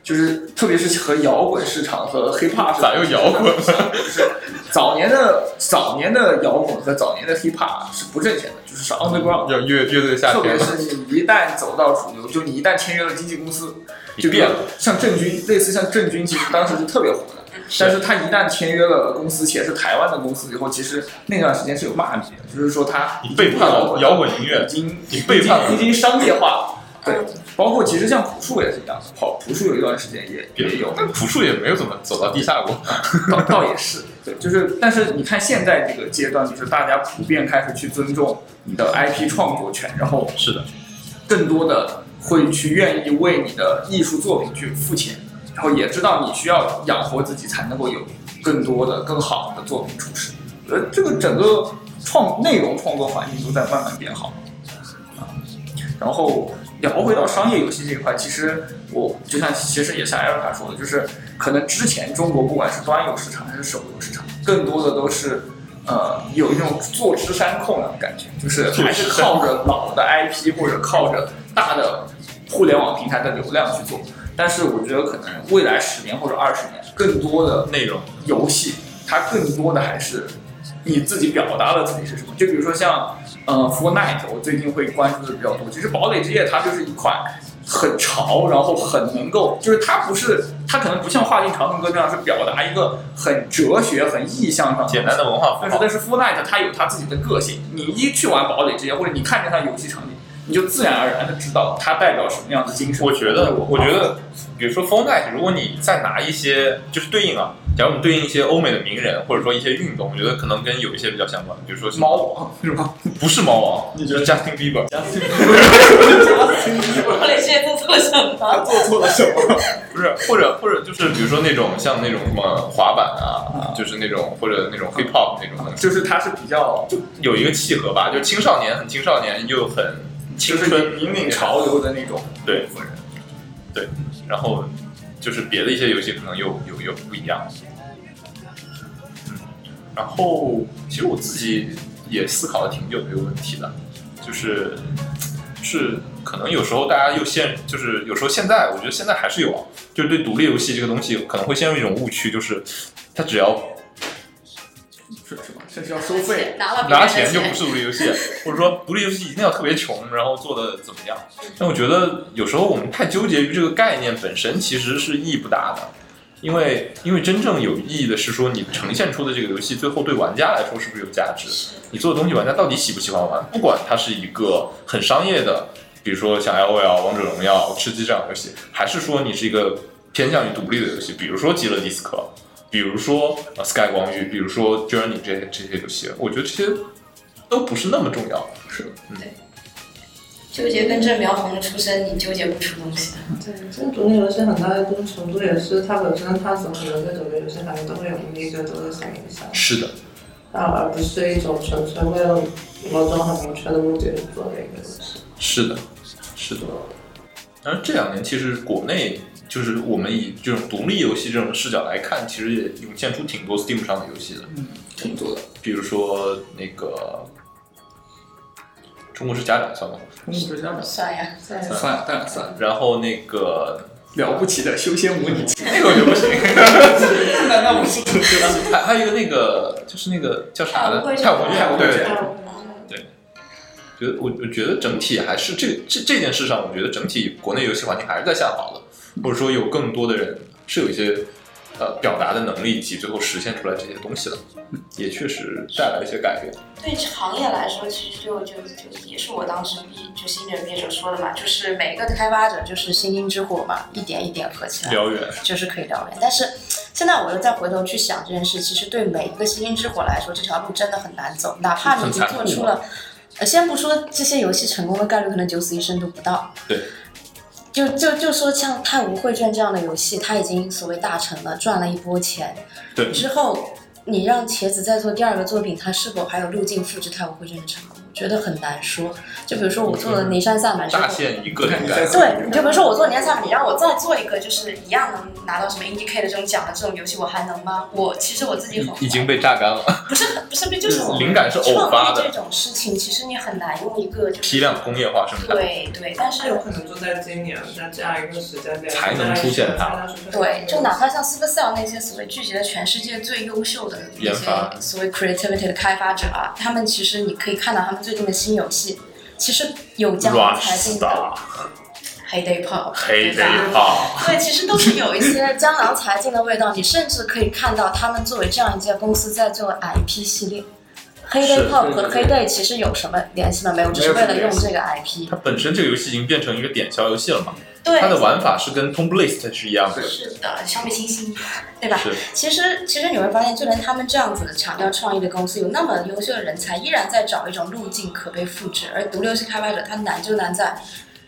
S2: 就是特别是和摇滚市场和 hiphop 市场
S4: 咋又摇滚了？
S2: 就是早年的早年的摇滚和早年的 hiphop 是不挣钱的，就是是 underground。
S4: 要乐乐队嗯夏
S2: 特
S4: 天
S2: 别
S4: 了，
S2: 是你一旦走到主流，就你一旦签约了经纪公司，
S4: 你
S2: 就
S4: 变了，，
S2: 像郑钧，类似像郑钧，其实当时是特别火的， 但是他一旦签约了公司，且是台湾的公司以后，其实那段时间是有骂名的，就是说他
S4: 你背叛了摇滚音乐
S2: 已，经
S4: 你背叛
S2: 已
S4: 了，
S2: 经商业化嗯了。对，包括其实像朴树也是一样的，跑朴树有一段时间也也有，
S4: 但朴树也没有怎么走到地下过，
S2: 倒倒也是，对，就是但是你看现在这个阶段，就是大家普遍开始去尊重你的 IP 创作权，然后
S4: 是的，
S2: 更多的会去愿意为你的艺术作品去付钱，然后也知道你需要养活自己才能够有更多的更好的作品出世。呃，这个整个创内容创作环境都在慢慢变好啊。然后聊回到商业游戏这一块，其实我就像其实也像艾瑞卡说的，就是可能之前中国不管是端游市场还是手游市场，更多的都是。呃，有一种坐吃山空的感觉，就是还是靠着老的 IP 或者靠着大的互联网平台的流量去做。但是我觉得可能未来十年或者二十年，更多的
S4: 内容
S2: 游戏，它更多的还是你自己表达了自己是什么。就比如说像呃 Fortnite，我最近会关注的比较多。其实《堡垒之夜》它就是一款很潮，然后很能够，就是它不是它可能不像《画境长恨歌》那样是表达一个很哲学、很意象上的
S4: 简单的文化符
S2: 但是
S4: 号，
S2: 但是 f u l l n i g h t 它有它自己的个性，你一去玩堡垒之夜，或者你看见它游戏场景，你就自然而然的知道它代表什么样的精神。
S4: 我觉
S2: 或
S4: 得
S2: 者，
S4: 我觉得，比如说 f o r n i t e 如果你再拿一些，就是对应啊，假如我们对应一些欧美的名人，或者说一些运动，我觉得可能跟有一些比较相关，比如说是
S2: 猫王是吧？
S4: 不是猫王，
S2: 你觉得
S4: 是 Justin Bieber？
S6: 我磊现在做错了什么？
S2: 做错了什么？
S4: 不是，或者或者就是比如说那种像那种什么滑板啊，就是那种或者那种 hip hop 那种东西，
S2: 就是他是比较就
S4: 有一个契合吧，就是青少年很青少年又很青
S2: 是
S4: 春
S2: 引领潮流的那种
S4: 对
S2: 部分人。
S4: 对，然后就是别的一些游戏可能又又又不一样。嗯，然后其实我自己也思考了挺久这个问题的，就是是可能有时候大家又陷，就是有时候现在我觉得现在还是有啊，就是对独立游戏这个东西可能会陷入一种误区，就是它只要
S2: 是是吧？甚至要收费，
S6: 拿了别人
S4: 拿
S6: 的
S4: 钱
S6: 钱
S4: 就不是独立游戏，或者说独立游戏一定要特别穷，然后做的怎么样？但我觉得有时候我们太纠结于这个概念本身，其实是意义不大的。因为因为真正有意义的是说，你呈现出的这个游戏最后对玩家来说是不是有价值？你做的东西玩家到底喜不喜欢玩？不管它是一个很商业的，比如说像 L O L、王者荣耀、吃鸡这样的游戏，还是说你是一个偏向于独立的游戏，比如说《极乐迪斯科》，比如说呃 Sky 光遇，比如说 Journey 这些这些游戏，我觉得这些都不是那么重要。是的，嗯，
S6: 纠结跟郑苗红的出身，你纠结不出东西的。
S5: 对，这独立游戏很大一部分程度也是它本身它怎么能在独立游戏行业都会有一个多的响影响，
S4: 是的，
S5: 啊，而不是一种纯粹为了某种很明确的目的去做的一个游戏。
S4: 是的，是的。但是这两年，其实国内就是我们以这种独立游戏这种视角来看，其实也涌现出挺多 Steam 上的游戏的，
S2: 挺多的。
S4: 比如说那个《中国式家长》算吗？
S2: 中国之家的
S6: 算呀，
S5: 在
S2: 算了算了算了，
S4: 然后那个
S2: 了不起的修仙模拟器，
S4: 那个我就不行，
S2: 那那我是对吧？
S4: 还还有一个那个就是那个叫啥
S6: 啊
S4: 的
S6: 不会
S4: 《太古
S2: 太
S4: 卷》，
S2: 古
S4: 对
S2: 卷
S4: 对
S5: 嗯
S4: 觉得我我觉得整体还是这这这件事上，我觉得整体国内游戏环境还是在下滑的，或者说有更多的人是有一些呃表达的能力以及最后实现出来这些东西的，也确实带来一些改变。
S6: 对行业来说，其实就就就也是我当时毕就新人毕业时候说的嘛，就是每个开发者就是星星之火嘛，一点一点合起来，
S4: 燎原，
S6: 就是可以燎原。但是现在我又再回头去想这件事，其实对每一个星星之火来说，这条路真的很难走，哪怕你已经做出了。呃，先不说这些游戏成功的概率可能九死一生都不到，
S4: 对，
S6: 就就就说像《太无绘卷》这样的游戏，它已经所谓大成了，赚了一波钱，
S4: 对
S6: 之后你让茄子再做第二个作品，它是否还有路径复制《太无绘卷》的成功，我觉得很难说。就比如说我做了《尼山萨满》之后
S4: 乍，现一个灵
S2: 对
S4: 感，
S6: 对，你就比如说我做年产，你让我再做一个就是一样能拿到什么 Indie 的这种奖的这种游戏，我还能吗？我其实我自己很
S4: 已经被榨干了，
S6: 不是不是就是我
S4: 灵感是偶发
S6: 创意这
S4: 的，
S6: 种事情，其实你很难用一个就是
S4: 批量工业化生 产。
S6: 对对，但
S5: 它
S6: 是
S5: 有可能就在今年，在这样一个时间点
S4: 才能出现它。
S6: 对，就哪怕像 Supercell 那些所谓聚集了全世界最优秀的那
S4: 研发
S6: 些所谓 creativity 的开发者啊，他们其实你可以看到他们最近的新游戏，其实有江湖才进的 Heyday Pop，
S4: 黑
S6: 对吧
S4: 黑炮，
S6: 对，其实都是有一些江郎才尽的味道。你甚至可以看到，他们作为这样一家公司在做 IP 系列。黑
S4: 是
S6: day pop
S2: 对
S6: 和黑 day 其实有什么联系吗？没有，只是为了用这个 IP
S4: 它。本身这个游戏已经变成一个点销游戏了嘛，
S6: 对，
S4: 它的玩法是跟 Tomb List 是一样的，
S6: 是
S7: 呃
S6: 的，消灭星星，对吧？
S4: 是
S6: 其实，其实你会发现，就连他们这样子的强调创意的公司，有那么优秀的人才，依然在找一种路径可被复制。而独立游戏开发者，他难就难在，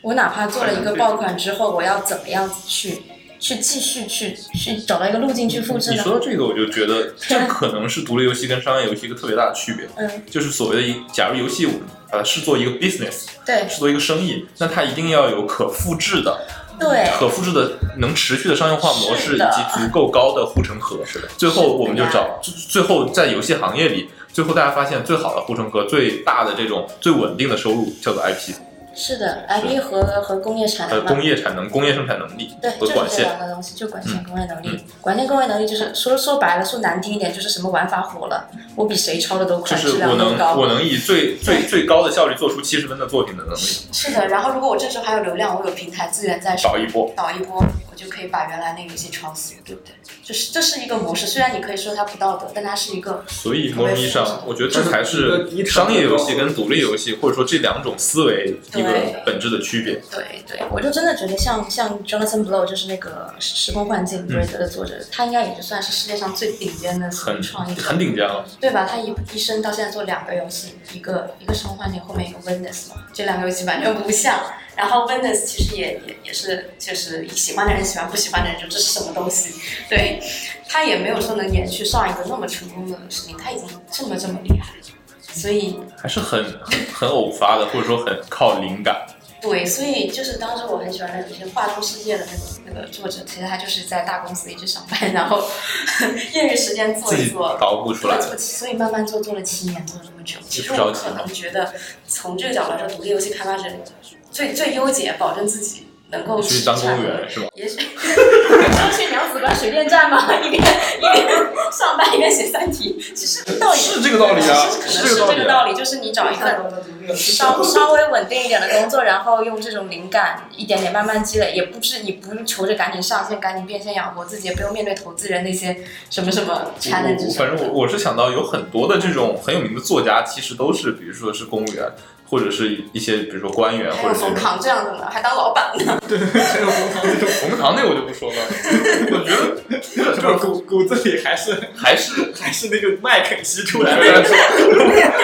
S6: 我哪怕做了一个爆款之后，我要怎么样子去去继续去去找到一个路径去复制
S4: 你
S6: 呢？
S4: 说到这个，我就觉 得这可能是独立游戏跟商业游戏一个特别大的区别，
S6: 嗯，
S4: 就是所谓的一，假如游戏我们把它视作一个 business，
S6: 对
S4: 视作一个生意，那它一定要有可复制的、
S6: 对，
S4: 可复制的、能持续的商业化模式，
S6: 是
S4: 以
S6: 的
S4: 及足够高的护城河。是的，最后我们就找，最最后在游戏行业里，最后大家发现最好的护城河、最大的这种最稳定的收入叫做 IP，
S6: 是的，IP 和和工业产
S4: 呃，
S6: 能嘛
S4: 工，业产能、工业生产能力
S6: 嗯对，
S4: 和
S6: 就是
S4: 管
S6: 这
S4: 线。嗯
S6: 两个东西，就管线、工业能力。管线、工业能力就是说说白了，说难听一点，就是什么玩法火了，我比谁抄的都
S4: 就
S6: 快，
S4: 是我
S6: 质量都
S4: 能
S6: 高。
S4: 我能以最最最高的效率做出七十分的作品的能力，
S6: 是的，然后如果我这时候还有流量，我有平台资源在手，
S4: 少一波。
S6: 导一波，
S7: 我就可以把原来那个游戏抄死，对不对？就是这是一个模式，虽然你可以说它不道德，但它是一个
S4: 所以某种意义上，我觉得这才是商业游戏跟独立游戏，或者说这两种思维一个本质的区别。
S7: 对对，我就真的觉得像像 Jonathan Blow 就是那个《时空幻
S4: 嗯
S7: 境》瑞德的作者，他应该也就算是世界上最顶尖的
S4: 很
S7: 创意者，
S4: 很顶尖啊了，
S7: 对吧？他一一生到现在做两个游戏，一个一个《时空幻境》，后面一个《Witness》嘛，这两个游戏完全不像。然后 Witness 其实也也也是就是喜欢的人喜欢，不喜欢的人就这是什么东西？对，他也没有说能延续上一个那么成功的事情，他已经这么这么厉害了，所以
S4: 还是很很很偶发的，或者说很靠灵感。
S7: 对，所以就是当时我很喜欢那种就是画中世界的那个那个作者，其实他就是在大公司一直上班，然后 业余时间做
S4: 自
S7: 一
S4: 己
S7: 做，
S4: 捣鼓出来的。
S7: 对所以慢慢做做了七年，做了这么久。其实
S4: 不着
S7: 我
S4: 急
S7: 可
S4: 吗
S7: 能觉得，从这个角度来说，独立游戏开发者最最优解，保证自己能够
S4: 去当
S7: 生产
S4: 公务员是吗？
S7: 也许就 去娘子关水电站嘛，一边一边上班一边写《三体》，其实道理
S4: 是这个道理啊
S7: 其实可能
S4: 是
S7: 是
S4: 这个道理啊
S7: 这个道理，就是你找一份稍稍微稳定一点的工作，然后用这种灵感一点点慢慢积累，也不是你不用求着赶紧上线、赶紧变现养活自己，也不用面对投资人那些什么什
S4: 嗯
S7: 么
S4: 我
S7: challenge 什
S4: 反
S7: 么
S4: 正
S7: 的。
S4: 我我是想到有很多的这种很有名的作家，其实都是比如说是公务员，或者是一些比如说官员，
S7: 还
S4: 或
S7: 有
S4: 者是
S7: 冯唐啊这样的呢，还当老板呢，
S4: 冯唐那我就不说了，我觉得
S2: 就是 骨骨子里还是
S4: 还是
S2: 还是那个麦肯锡出来的。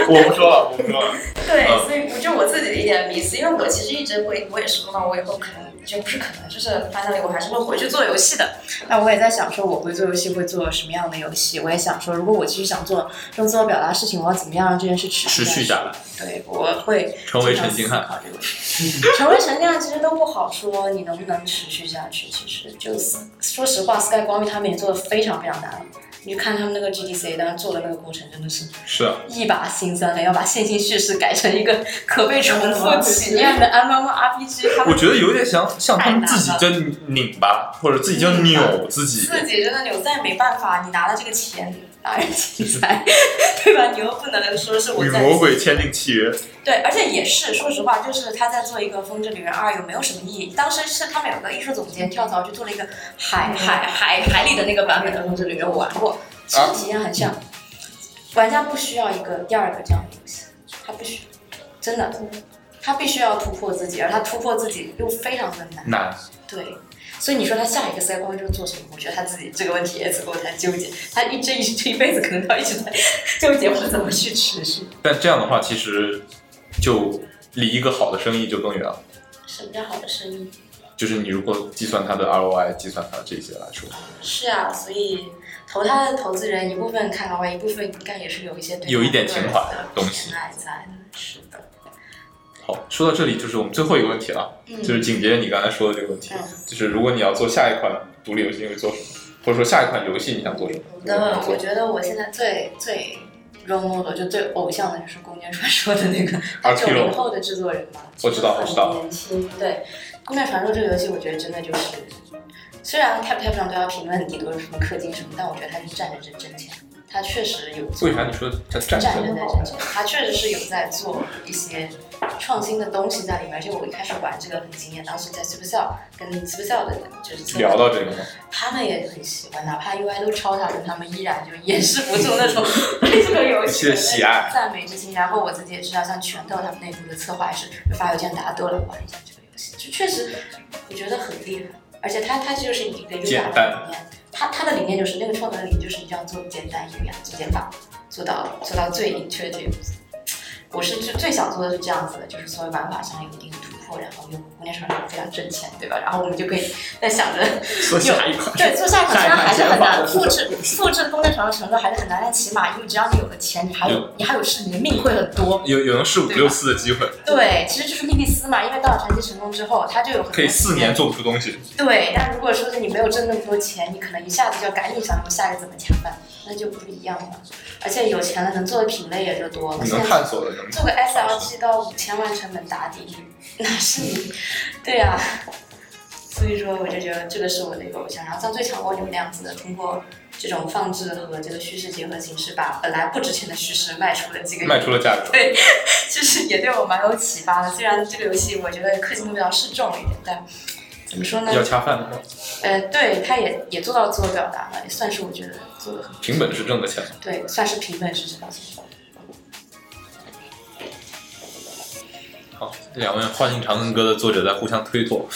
S4: 我不说了，我不说了。
S7: 对
S4: 嗯，
S7: 所以我就我自己的一点迷思，因为我其实一直我也我也说嘛，我以后可能就不是可能，就是 finally 我还是会回去做游戏的。那我也在想说，我会做游戏会做什么样的游戏？我也想说，如果我继续想做用自我表达的事情，我要怎么样让这件事持
S4: 持续
S7: 续
S4: 下来，
S7: 来？对，我会
S4: 成为陈星汉，
S7: 考这个问题。 成为陈金汉其实都不好说，你能不能持续下去？其实就是说实话，Sky 光遇他们也做的非常非常难。你就看他们那个 GDC 当时做的那个过程，真的是
S4: 是啊，
S7: 一把辛酸的要把线性叙事改成一个可被重复体 验的 MMORPG，他
S6: 啊
S4: 我
S7: 们
S4: 觉得有点像像他们自己就拧巴，或者自己就扭自己。
S7: 自己真的扭，再没办法，你拿了这个钱，拿人钱财， 对吧？你又不能说是我
S4: 与
S7: 在
S4: 魔鬼签订契约，
S7: 对，而且也是说实话，就是他在做一个《风之旅人二》，有没有什么意义？当时是他们有个艺术总监跳槽去做了一个海海海海里的那个版本的《风之旅人》，我玩过，其实体验很像。玩家不需要一个第二个这样的游戏，他不需真的，他必须要突破自己，而他突破自己又非常的难。
S4: 难，
S7: 对，所以你说他下一个 CY 光之后做什么？我觉得他自己这个问题也是我在纠结，他一这一这一辈子可能他一直在 纠结我怎么去持续。
S4: 但这样的话其实就离一个好的生意就更远了。
S7: 什么叫好的生意？
S4: 就是你如果计算它的 ROI，计算它这些来说，
S7: 是啊，所以投他的投资人一部分看好外，一部分应该也是有一些对
S4: 有一
S7: 他
S4: 点
S7: 个
S4: 情
S7: 人
S4: 怀
S7: 的
S4: 的东西
S7: 偏爱在的。是的，
S4: 好，说到这里就是我们最后一个问题了，
S7: 嗯
S4: 就是紧接着你刚才说的这个问题
S7: 嗯，
S4: 就是如果你要做下一款独立游戏，你会做什么？或者说下一款游戏你想做什么？
S7: 那我觉得我现在最最 role model 就最偶像的就是宫田传说的 那个
S4: 啊
S7: 九
S4: Kiro
S7: 零后的制作人嘛，
S4: 我知道我知道
S7: 很年轻。对，宫田传说这个游戏，我觉得真的就是，虽然 Tap Tap 上对他评论很低，都是什么氪金什么，但我觉得他是站着真真钱，他确实有做
S4: 为啥你说它战
S7: 站
S4: 争
S7: 着？在这里，他确实是有在做一些创新的东西在里面。而且我一开始玩这个很惊艳，当时在 Supercell 跟 Supercell 的人就是策划
S4: 聊到这个吗？
S7: 他们也很喜欢，哪怕 UI 都抄他们，他们依然就掩饰不住那种 对这个游戏
S4: 一些喜爱
S7: 赞美之情。然后我自己也知道，像拳头他们内部的策划也是就发邮件大家都来玩一下这个游戏，就确实我觉得很厉害。而且他他就是一个优
S4: 简
S7: 雅的
S4: 单
S7: 理念，他他的理念就是那个创造的理念就是一定要做简单优雅，做简法，做到做到最 intuitive。我是最最想做的是这样子的，就是所有玩法上有一定的突破，然后用空间传统非常挣钱，对吧？然后我们就可以在想着
S2: 说下一款，
S7: 对，做下一款虽然还是很
S2: 下一
S7: 难，
S2: 款
S7: 复制复制工程厂的成就还是很难，但起码因为只要你有了钱，你还有你还有事，你的命会很多。
S4: 有有能是五
S7: 对吧
S4: 六次的机会，
S7: 对，其实就是莉莉丝嘛，因为到了传奇成功之后，他就有很多
S4: 可以四年。做不出东西。
S7: 对，但如果说是你没有挣那么多钱，你可能一下子就要赶紧想着我下一个怎么抢饭，那就不一样了。而且有钱了，能做的品类也就多了。
S4: 你
S7: 现
S4: 能
S7: 在
S4: 探索的，能
S7: 做个 SLG 到五千万成本打底，哪是你？对呀、所以说我就觉得这个是我的一个偶像。然后像最强蜗牛那样子的，通过这种放置和这个叙事结合形式，把本来不值钱的叙事卖出了这个
S4: 卖出了价格。
S7: 就是也对我蛮有启发的。虽然这个游戏我觉得氪金目标是重一点，但怎么说呢
S4: 比？较恰饭的，
S7: 呃，对，他也也做到自我表达了，也算是我觉得做的很
S4: 凭本事挣的钱。
S7: 对，算是平等是这道题。
S4: 好，两位《花信长恨歌》的作者在互相推脱。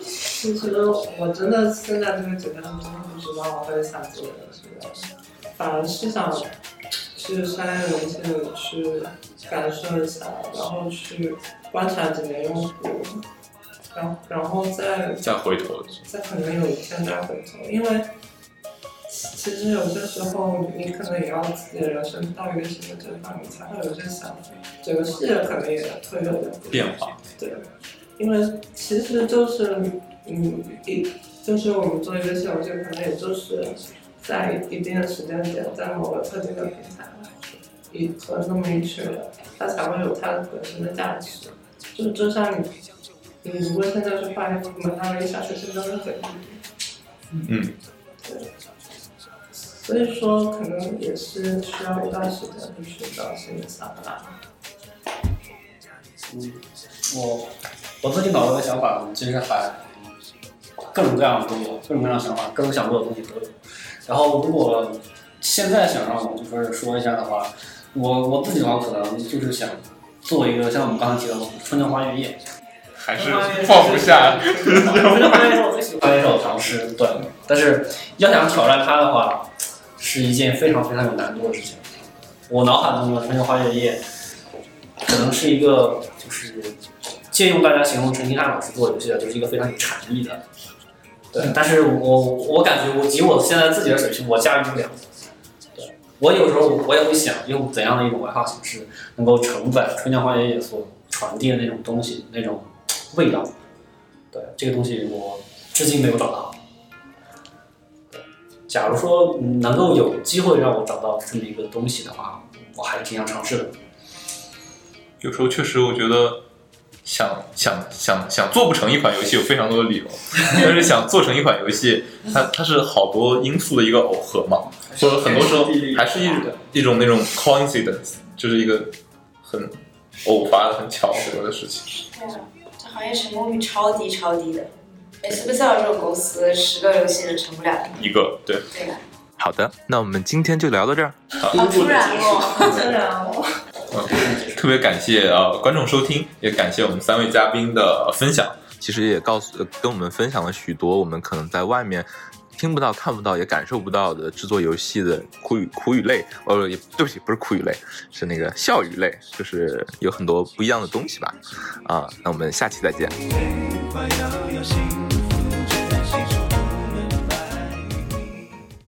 S5: 其实我真的现在这个阶段，我真的不知道我会想做的是什么，反而是想去商业人性去感受一下，然后去观察几年用户，然后然后再
S4: 再回头，
S5: 再可能有一天再回头，因为其其实有些时候你可能也要自己的人生到一个什么阶段，你才会有这想法，整个世界可能也会有点不一样
S4: 变化，
S5: 对，因为其实就是嗯一就是我们做一个小游戏，可能也就是在一定的时间点，在某个特定的平台，一和那么一群人，它才会有它本身的价值。就就像你，你如果现在去画一幅蒙娜丽莎，其实都是很
S4: 嗯，
S5: 所以说可能也是需要一段时间去寻找新的想法。
S3: 嗯，我我自己脑中的想法其实还各种各样的都有，各种各样的想法，各种想做的东西都有。然后如果现在想让我就是说一下的话，我我自己的话可能就是想做一个像我们刚才提到的《春江花月夜》，
S4: 还是
S5: 嗯
S4: 放不下。
S3: 《春江花月夜》是我最喜欢的一首唐诗，对。但是要想挑战它的话，是一件非常非常有难度的事情。我脑海中的《春江花月夜》可能是一个就是借用大家形容陈星汉老师做游戏的，就是一个非常有禅意的。对，但是我我感觉我以我现在自己的水平，我驾驭不了。对，我有时候我也会想用怎样的一种文化形式能够承载《春江花月夜》所传递的那种东西，那种味道。对，这个东西我至今没有找到。对，假如说嗯能够有机会让我找到这么一个东西的话，我还挺想尝试的。
S4: 有时候确实，我觉得想想想想做不成一款游戏有非常多的理由，但是想做成一款游戏，它它是好多因素的一个耦合嘛，或者很多时候还是一种一种那种 coincidence，就是一个很偶发的、很巧合的事情。
S7: 对啊，这行业成功率超低超低的。每次不知道这种公司十个游戏人成不了一个，
S4: 一个对，
S7: 对吧？
S1: 好的，那我们今天就聊到这儿。
S7: 好突然哦，
S5: 真的啊，我
S4: 特别感谢呃观众收听，也感谢我们三位嘉宾的分享。
S1: 其实也告诉呃跟我们分享了许多我们可能在外面听不到、看不到、也感受不到的制作游戏的苦与苦与累，哦，也对不起，不是苦与累，是那个笑与累，就是有很多不一样的东西吧。啊，那我们下期再见。
S8: 没法遥遥行路